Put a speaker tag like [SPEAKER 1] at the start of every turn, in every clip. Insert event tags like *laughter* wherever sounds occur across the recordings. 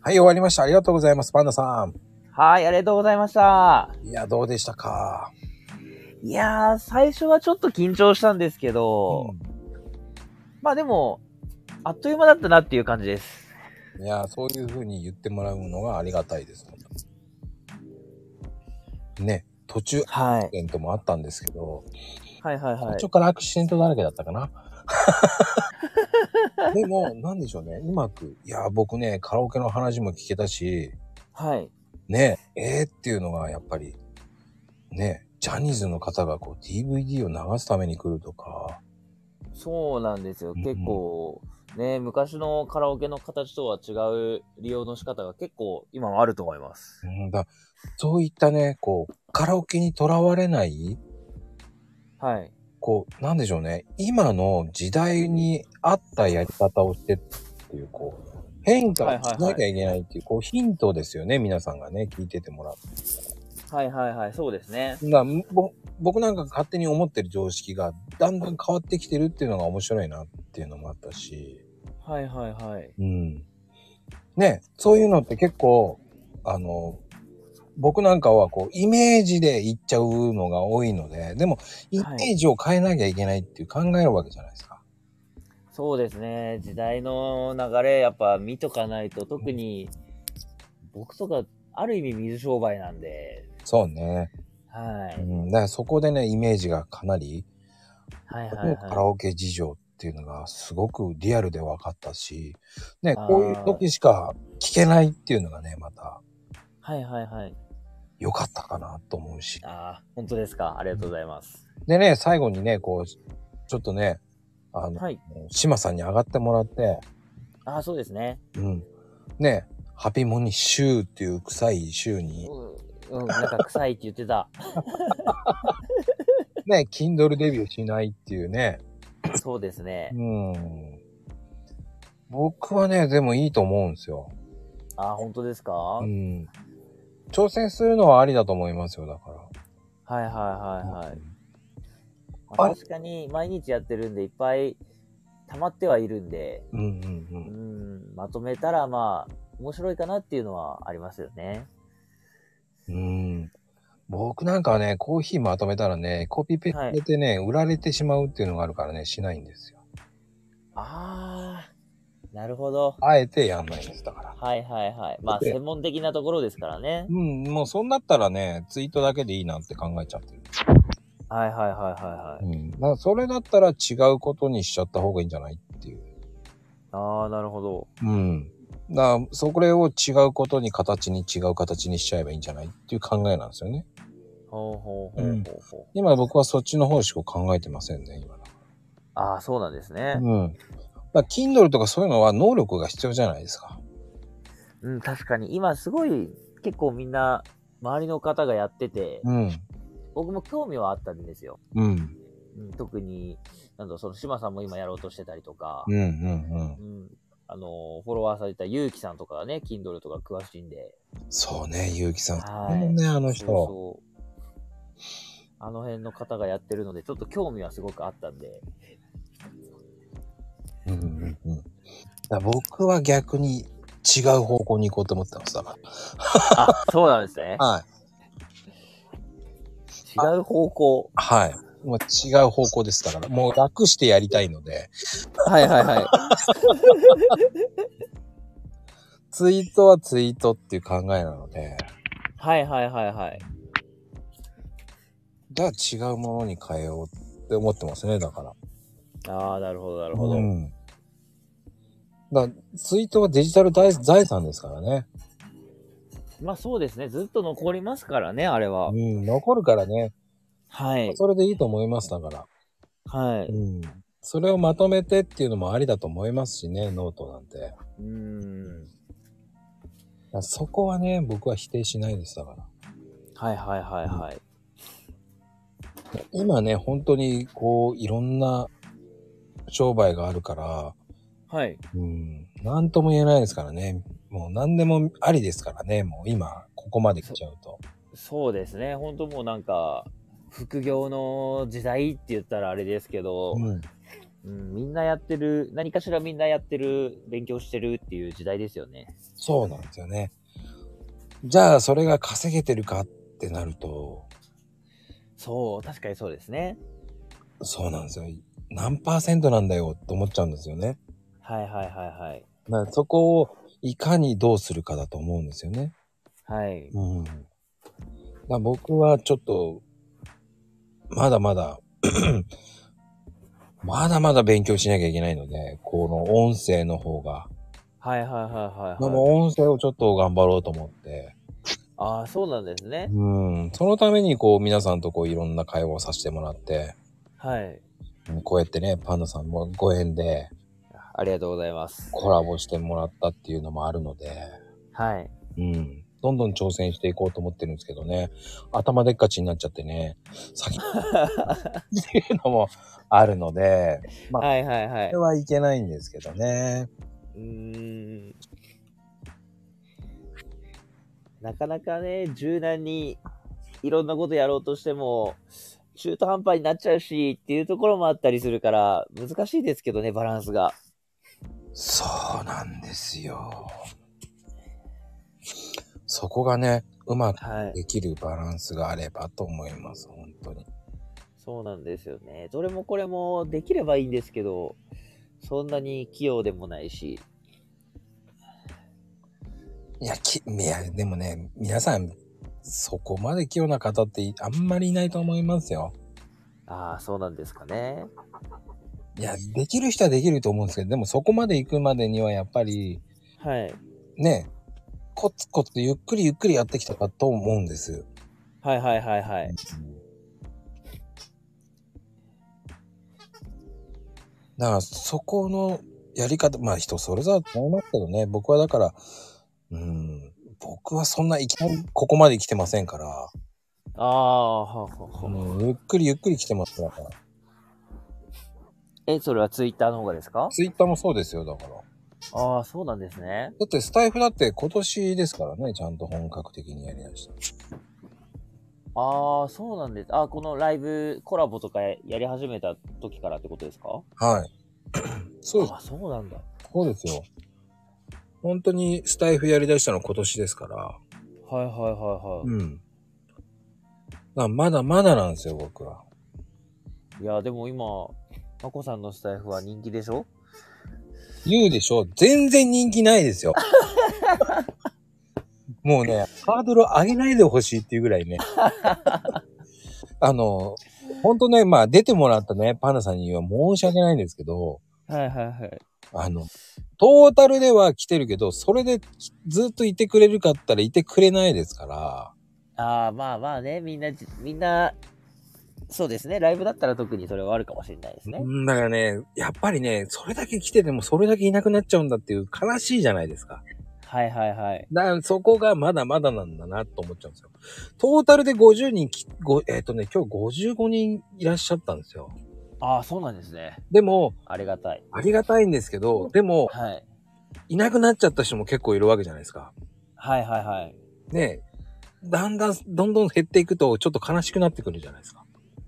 [SPEAKER 1] はい、終わりました。ありがとうございます、パンダさん。
[SPEAKER 2] はい、ありがとうございました。
[SPEAKER 1] いや、どうでしたか、
[SPEAKER 2] いやー、最初はちょっと緊張したんですけど、まあでも、あっという間だったなっていう感じです。
[SPEAKER 1] うんいや、そういうふうに言ってもらうのがありがたいです。ね、途中、ア
[SPEAKER 2] はい
[SPEAKER 1] クシ。デントもあったんですけど、
[SPEAKER 2] はいはいは
[SPEAKER 1] 途
[SPEAKER 2] い
[SPEAKER 1] 中。からアクシデントだらけだったかな。 *laughs* でも、なんでしょうね、うまく、いや、僕ね、カラオケの話も聞けたし、
[SPEAKER 2] はい。
[SPEAKER 1] ね、えー、っていうのがやっぱり、ね、ジャニーズの方がこう DVD を流すために来るとか、
[SPEAKER 2] そうなんですよ。
[SPEAKER 1] んうん
[SPEAKER 2] 結構、ね、昔のカラオケの形とは違う利用の仕方が結構今もあると思います
[SPEAKER 1] う。んだそういったね、こう、カラオケにとらわれない、
[SPEAKER 2] はい。
[SPEAKER 1] こう、なんでしょうね、今の時代に合ったやり方をしてっていう、こう、変化をしなきゃいけないっていう、こう、ヒントですよね、皆さんがね、聞いててもらって。
[SPEAKER 2] はいはいはい、そうですね。
[SPEAKER 1] だぼ僕なんかが勝手に思ってる常識が、だんだん変わってきてるっていうのが面白いなっていうのもあったし、
[SPEAKER 2] はいはいはい。
[SPEAKER 1] うん。ね、そういうのって結構、あの、僕なんかはこう、イメージでいっちゃうのが多いので、でも、イ
[SPEAKER 2] はい
[SPEAKER 1] メージを変えなきゃいけないっていう考えるわけじゃないですか。
[SPEAKER 2] そうですね。時代の流れ、やっぱ見とかないと、特に僕とか、ある意味水商売なんで、
[SPEAKER 1] そうね。
[SPEAKER 2] は
[SPEAKER 1] う
[SPEAKER 2] い。
[SPEAKER 1] ん。だからそこでね、イメージがかなり、
[SPEAKER 2] はいはい
[SPEAKER 1] カラ
[SPEAKER 2] は
[SPEAKER 1] オケ事情っていうのがすごくリアルで分かったし、ね、
[SPEAKER 2] あー
[SPEAKER 1] こういう時しか聞けないっていうのがね、また
[SPEAKER 2] い。はいはいはい。
[SPEAKER 1] 良かったかなと思うし。
[SPEAKER 2] ああ、本当ですか。ありがとうございます。
[SPEAKER 1] でね、最後にね、こう、ちょっとね、あの、
[SPEAKER 2] はい。
[SPEAKER 1] 島さんに上がってもらって、
[SPEAKER 2] ああ、そうですね。
[SPEAKER 1] うん。ねえ、ハピモニシューっていう臭い臭に、
[SPEAKER 2] うん、うんなんか臭いって言ってた。 *coughs*
[SPEAKER 1] ねえ、Kindle デビューしないっていうね。
[SPEAKER 2] そうですね
[SPEAKER 1] う。ん。僕はね、でもいいと思うんですよ。
[SPEAKER 2] ああ、本当ですか、
[SPEAKER 1] うん。挑戦するのはありだと思いますよ、だか
[SPEAKER 2] はいはいはいはい。ま
[SPEAKER 1] あ
[SPEAKER 2] あ、確かに毎日やってるんでいっぱい溜まってはいるんで、
[SPEAKER 1] ら。うんう
[SPEAKER 2] うんん、まとめたらまあ、面白いかなっていうのはありますよね。
[SPEAKER 1] うん。うん。僕なんかはね、コーヒーまとめたらね、コピペ入れてね、売られてしまうっていうのがあるからね、しないんですよ。
[SPEAKER 2] ああ、なるほど。
[SPEAKER 1] あえてやんないんです、だから。
[SPEAKER 2] はいはいはい。まあ、
[SPEAKER 1] で
[SPEAKER 2] 専門的なところですからね
[SPEAKER 1] う。ん、もうそんなったらね、ツイートだけでいいなって考えちゃってる。
[SPEAKER 2] はいはいはいはいは
[SPEAKER 1] う
[SPEAKER 2] い。
[SPEAKER 1] ん、だからそれだったら違うことにしちゃった方がいいんじゃないっていう。
[SPEAKER 2] ああ、なるほど。
[SPEAKER 1] うん。だからそこれを違うことに形に違う形にしちゃえばいいんじゃないっていう考えなんですよね。
[SPEAKER 2] ほうほうほうほうほう。
[SPEAKER 1] 今僕はそっちの方しか考えてませんね、今の。
[SPEAKER 2] ああ、そうなんですね。
[SPEAKER 1] うん。だから Kindle とかそういうのは能力が必要じゃないですか。
[SPEAKER 2] うん、確かに。今すごい結構みんな周りの方がやってて、
[SPEAKER 1] うん。
[SPEAKER 2] 僕も興味はあったんですよ。
[SPEAKER 1] うん。
[SPEAKER 2] うん、特に、なんだろうその島さんも今やろうとしてたりとか
[SPEAKER 1] うんう、んうん。
[SPEAKER 2] うん、あの、フォロワーされたゆうきさんとかがね、Kindle とか詳しいんで。
[SPEAKER 1] そうね、結城さん。
[SPEAKER 2] はい
[SPEAKER 1] そうね、あの人。
[SPEAKER 2] そうそう。あの辺の方がやってるので、ちょっと興味はすごくあったんで。
[SPEAKER 1] うんうんうん。だから僕は逆に違う方向に行こうと思ってます、だか
[SPEAKER 2] *laughs* あ、そうなんですね
[SPEAKER 1] ら。。はい。
[SPEAKER 2] 違う方向。
[SPEAKER 1] はい。もう違う方向ですから、もう楽してやりたいので、
[SPEAKER 2] はいはいはい。
[SPEAKER 1] ツイートはツイートっていう考えなので、
[SPEAKER 2] *laughs* はいはいはいはい。
[SPEAKER 1] じゃあ違うものに変えようって思ってますね、だから。
[SPEAKER 2] ああ、なるほどなるほど。
[SPEAKER 1] ん。だからツイートはデジタル財財産ですからね。
[SPEAKER 2] まあそうですね。ずっと残りますからね、あれは
[SPEAKER 1] う。ん、残るからね。
[SPEAKER 2] はい。
[SPEAKER 1] それでいいと思います、だから。
[SPEAKER 2] は
[SPEAKER 1] う
[SPEAKER 2] い。
[SPEAKER 1] ん。それをまとめてっていうのもありだと思いますしね、ノートなんて。だか
[SPEAKER 2] うーん。
[SPEAKER 1] らそこはね、僕は否定しないです、だから。
[SPEAKER 2] はいはいはいはい。
[SPEAKER 1] 今ね、本当にこう、いろんな商売があるから、
[SPEAKER 2] はい。
[SPEAKER 1] うん、なんとも言えないですからね。もう何でもありですからね。もう今、ここまで来ちゃうと。
[SPEAKER 2] そうですね。本当もうなんか、副業の時代って言ったらあれですけど、
[SPEAKER 1] うん。
[SPEAKER 2] うん、みんなやってる、何かしらみんなやってる、勉強してるっていう時代ですよね。
[SPEAKER 1] そうなんですよね。じゃあ、それが稼げてるかってなると、
[SPEAKER 2] そう、確かにそうですね。
[SPEAKER 1] そうなんですよ。何パーセントなんだよって思っちゃうんですよね。
[SPEAKER 2] はいはいはい
[SPEAKER 1] だからそこをいかにどうするかだと思うんですよね。
[SPEAKER 2] はい。はい。
[SPEAKER 1] うん。だから僕はちょっと、まだまだ、 *clears throat* まだまだ勉強しなきゃいけないので、この音声の方が。
[SPEAKER 2] はいはいは
[SPEAKER 1] で
[SPEAKER 2] いはい、はい。
[SPEAKER 1] も音声をちょっと頑張ろうと思って。
[SPEAKER 2] ああ、そうなんですね。
[SPEAKER 1] うん。そのためにこう皆さんとこういろんな会話をさせてもらって、
[SPEAKER 2] はい。
[SPEAKER 1] うんこうやってね、パンダさんもご縁で
[SPEAKER 2] ありがとうございます。
[SPEAKER 1] コラボしてもらったっていうのもあるので、
[SPEAKER 2] はい。
[SPEAKER 1] うん。どんどん挑戦していこうと思ってるんですけどね。頭でっかちになっちゃってね。先っていうのもあるので、まあ
[SPEAKER 2] はいはいは
[SPEAKER 1] こ
[SPEAKER 2] い
[SPEAKER 1] れ。はいけないんですけどね。
[SPEAKER 2] うーん。なかなかね、柔軟にいろんなことやろうとしても、中途半端になっちゃうしっていうところもあったりするから、難しいですけどね、バランスが。
[SPEAKER 1] そうなんですよ。そこがね、うまく
[SPEAKER 2] はい。
[SPEAKER 1] できるバランスがあればと思います、本当に。
[SPEAKER 2] そうなんですよね。どれもこれもできればいいんですけど、そんなに器用でもないし。
[SPEAKER 1] いや、き、いや、でもね、皆さん、そこまで器用な方っていあんまりいないと思いますよ。
[SPEAKER 2] ああ、そうなんですかね。
[SPEAKER 1] いや、できる人はできると思うんですけど、でもそこまで行くまでにはやっぱり、
[SPEAKER 2] はい。
[SPEAKER 1] ね、コツコツゆっくりゆっくりやってきたかと思うんです。
[SPEAKER 2] はいはいはいはい。
[SPEAKER 1] だからそこのやり方まあ人それぞれだと思いますけどね僕はだからうん僕はそんないきなりここまで来てませんから、
[SPEAKER 2] ああ、はあはあはあ
[SPEAKER 1] うんゆっくりゆっくり来てますだから
[SPEAKER 2] え、それはツイッターの方がですか
[SPEAKER 1] ツイッターもそうですよだからだ
[SPEAKER 2] ああ、そうなんですね。
[SPEAKER 1] ってスタイフだって今年ですからねちゃんと本格的にやりだした
[SPEAKER 2] ああ、そうなんです。あーこのライブコラボとかややり始めた時からってことですか
[SPEAKER 1] はい *clears throat* そうです
[SPEAKER 2] あーそうなんだ。
[SPEAKER 1] そうですよ本当にスタイフやりだしたの今年ですから
[SPEAKER 2] はいはいはいは
[SPEAKER 1] うん。まあ、まだまだなんですよ、僕は。
[SPEAKER 2] い。いや、でも今、まこさんのスタイフは人気でしょ
[SPEAKER 1] 言うでしょ全然人気ないですよ。もうね、ハードル上げないでほしいっていうぐらいね。あの、ほんとね、まあ出てもらったね、パンダさんには申し訳ないんですけど、
[SPEAKER 2] はいはいはい。
[SPEAKER 1] あの、トータルでは来てるけど、それでずっといてくれるかったらいてくれないですから、
[SPEAKER 2] ああ、まあまあね、みんなじ、みんな、そうですね、ライブだったら特にそれはあるかもしれないですね。
[SPEAKER 1] うんだからね、やっぱりね、それだけ来ててもそれだけいなくなっちゃうんだっていう悲しいじゃないですか。
[SPEAKER 2] はいはいはい。
[SPEAKER 1] だからそこがまだまだなんだなと思っちゃうんですよ。トータルで50人き、ごえっ、とね、今日55人いらっしゃったんですよ。
[SPEAKER 2] ああ、そうなんですね。
[SPEAKER 1] でも、
[SPEAKER 2] ありがたい。
[SPEAKER 1] ありがたいんですけど、でも、
[SPEAKER 2] はい。
[SPEAKER 1] いなくなっちゃった人も結構いるわけじゃないですか。
[SPEAKER 2] はいはいはい。
[SPEAKER 1] ねえだんだん、どんどん減っていくと、ちょっと悲しくなってくるじゃないですか。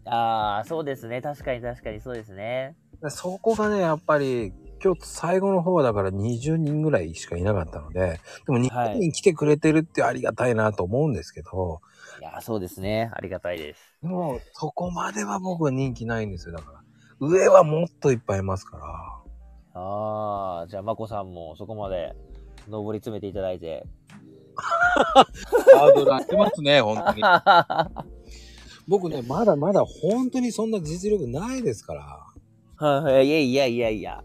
[SPEAKER 2] ああ、そうですね。確かに確かにそうですね。
[SPEAKER 1] だからそこがね、やっぱり、今日最後の方だから20人ぐらいしかいなかったので、でも
[SPEAKER 2] は
[SPEAKER 1] 20
[SPEAKER 2] い
[SPEAKER 1] 人来てくれてるってありがたいなと思うんですけど、
[SPEAKER 2] いやー、そうですね。ありがたいです。
[SPEAKER 1] でも、そこまでは僕は人気ないんですよ、だから。上はもっといっぱいいますか
[SPEAKER 2] ああ、じゃあ、まこさんもそこまで登り詰めていただいて。
[SPEAKER 1] ら。ハードル上げますね、本当に。
[SPEAKER 2] は
[SPEAKER 1] *laughs* 僕ね、まだまだ本当にそんな実力ないですから。だ
[SPEAKER 2] いはい、いやいやいやいや。
[SPEAKER 1] か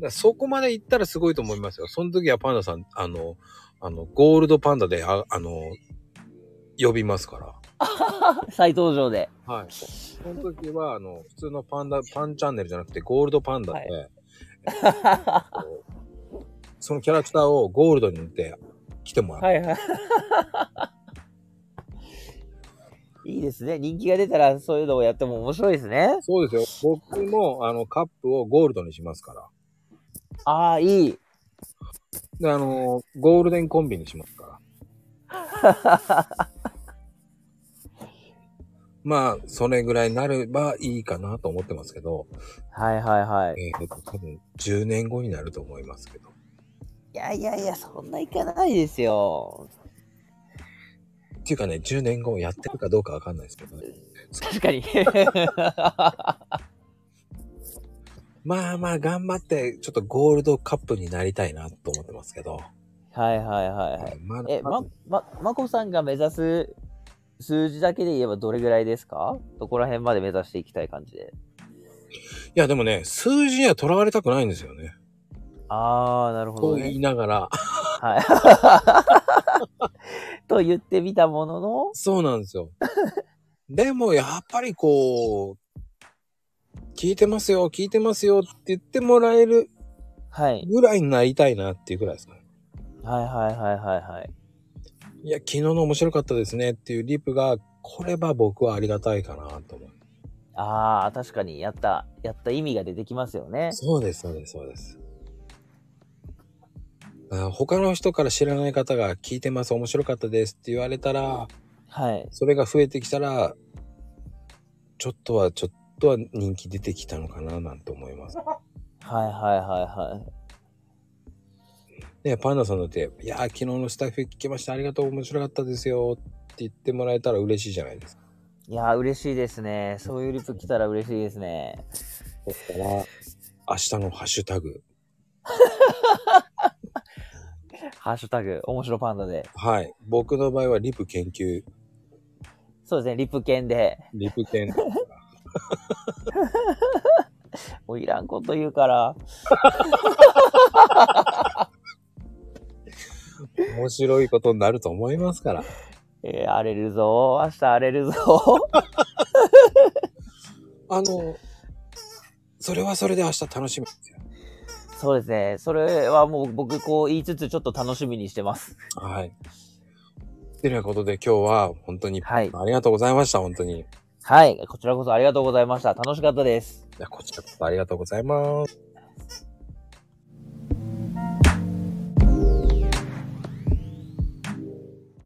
[SPEAKER 1] らそこまで行ったらすごいと思いますよ。その時はパンダさん、あの、あの、ゴールドパンダで、ああの、呼びますから。
[SPEAKER 2] 再登場で。
[SPEAKER 1] はい。その時は、あの、普通のパンダ、パンチャンネルじゃなくて、ゴールドパンダで、こうそのキャラクターをゴールドに塗って来てもらう。
[SPEAKER 2] いはい。いいですね。人気が出たらそういうのをやっても面白いですね。
[SPEAKER 1] そうですよ。僕も、あの、カップをゴールドにしますから。
[SPEAKER 2] ああ、いい。
[SPEAKER 1] で、あの、ゴールデンコ
[SPEAKER 2] *laughs*
[SPEAKER 1] ンビにしますから。まあ、それぐらいになればいいかなと思ってますけど、
[SPEAKER 2] はいはいはい。
[SPEAKER 1] えー、多分10年後になると思いますけど。
[SPEAKER 2] いやいやいや、そんないかないですよ。
[SPEAKER 1] っていうかね、10年後やってるかどうかわかんないですけど、ね、
[SPEAKER 2] 確かに。
[SPEAKER 1] まあまあ頑張って、ちょっとゴールドカップになりたいなと思ってますけど、
[SPEAKER 2] はいはいはいはい。
[SPEAKER 1] まだ
[SPEAKER 2] え、ま、ま、まこさんが目指す数字だけで言えばどれぐらいですかどこら辺まで目指していきたい感じで。
[SPEAKER 1] いやでもね、数字にはとらわれたくないんですよね。
[SPEAKER 2] あー、なるほ
[SPEAKER 1] と
[SPEAKER 2] ど
[SPEAKER 1] 言
[SPEAKER 2] ね。
[SPEAKER 1] いながら、
[SPEAKER 2] はい。 *laughs* と言ってみたものの、
[SPEAKER 1] そうなんですよ。 *laughs* でもやっぱりこう、聞いてますよ、聞いてますよって言ってもらえる
[SPEAKER 2] はい。
[SPEAKER 1] ぐらいになりたいなっていうぐらいですかね。
[SPEAKER 2] はいはいはいはいはい。
[SPEAKER 1] いや、昨日の面白かったですねっていうリプが来れば僕はありがたいかなと思う。
[SPEAKER 2] あー、確かにやった、やった意味が出てきますよね。
[SPEAKER 1] そうです、そうです、そうです。あ他の人から知らない方が聞いてます、面白かったですって言われたら、
[SPEAKER 2] はい。
[SPEAKER 1] それが増えてきたら、ちょっとは、ちょっとは人気出てきたのかななんて思います。
[SPEAKER 2] はいはいはいはい。
[SPEAKER 1] ね、パンダさんだって、いやー、昨日のスタイフ聞きました、ありがとう、面白かったですよって言ってもらえたら嬉しいじゃないですか。
[SPEAKER 2] いやー、嬉しいですね。そういうリプ来たら嬉しいですね。
[SPEAKER 1] だから、明日のハッシュタグ、
[SPEAKER 2] ハッシュタグ、面白パンダで。
[SPEAKER 1] はい、僕の場合はリプ研究、
[SPEAKER 2] そうですね、リプ券で。
[SPEAKER 1] リプ
[SPEAKER 2] *laughs*
[SPEAKER 1] 研究、
[SPEAKER 2] もういらんこと言うから。
[SPEAKER 1] 面白いことになると思いますから。
[SPEAKER 2] えー荒れるぞー。明日荒れるぞ *laughs*
[SPEAKER 1] あの、それはそれで明日楽しみですよ。
[SPEAKER 2] ー。そうですね。それはもう僕こう言いつつちょっと楽しみにしてます。
[SPEAKER 1] はい。ということで今日は本当にあ
[SPEAKER 2] はい。
[SPEAKER 1] りがとうございました、本当に。い
[SPEAKER 2] はい。こちらこそありがとうございました。楽しかったです。
[SPEAKER 1] や、こちらこそありがとうございます。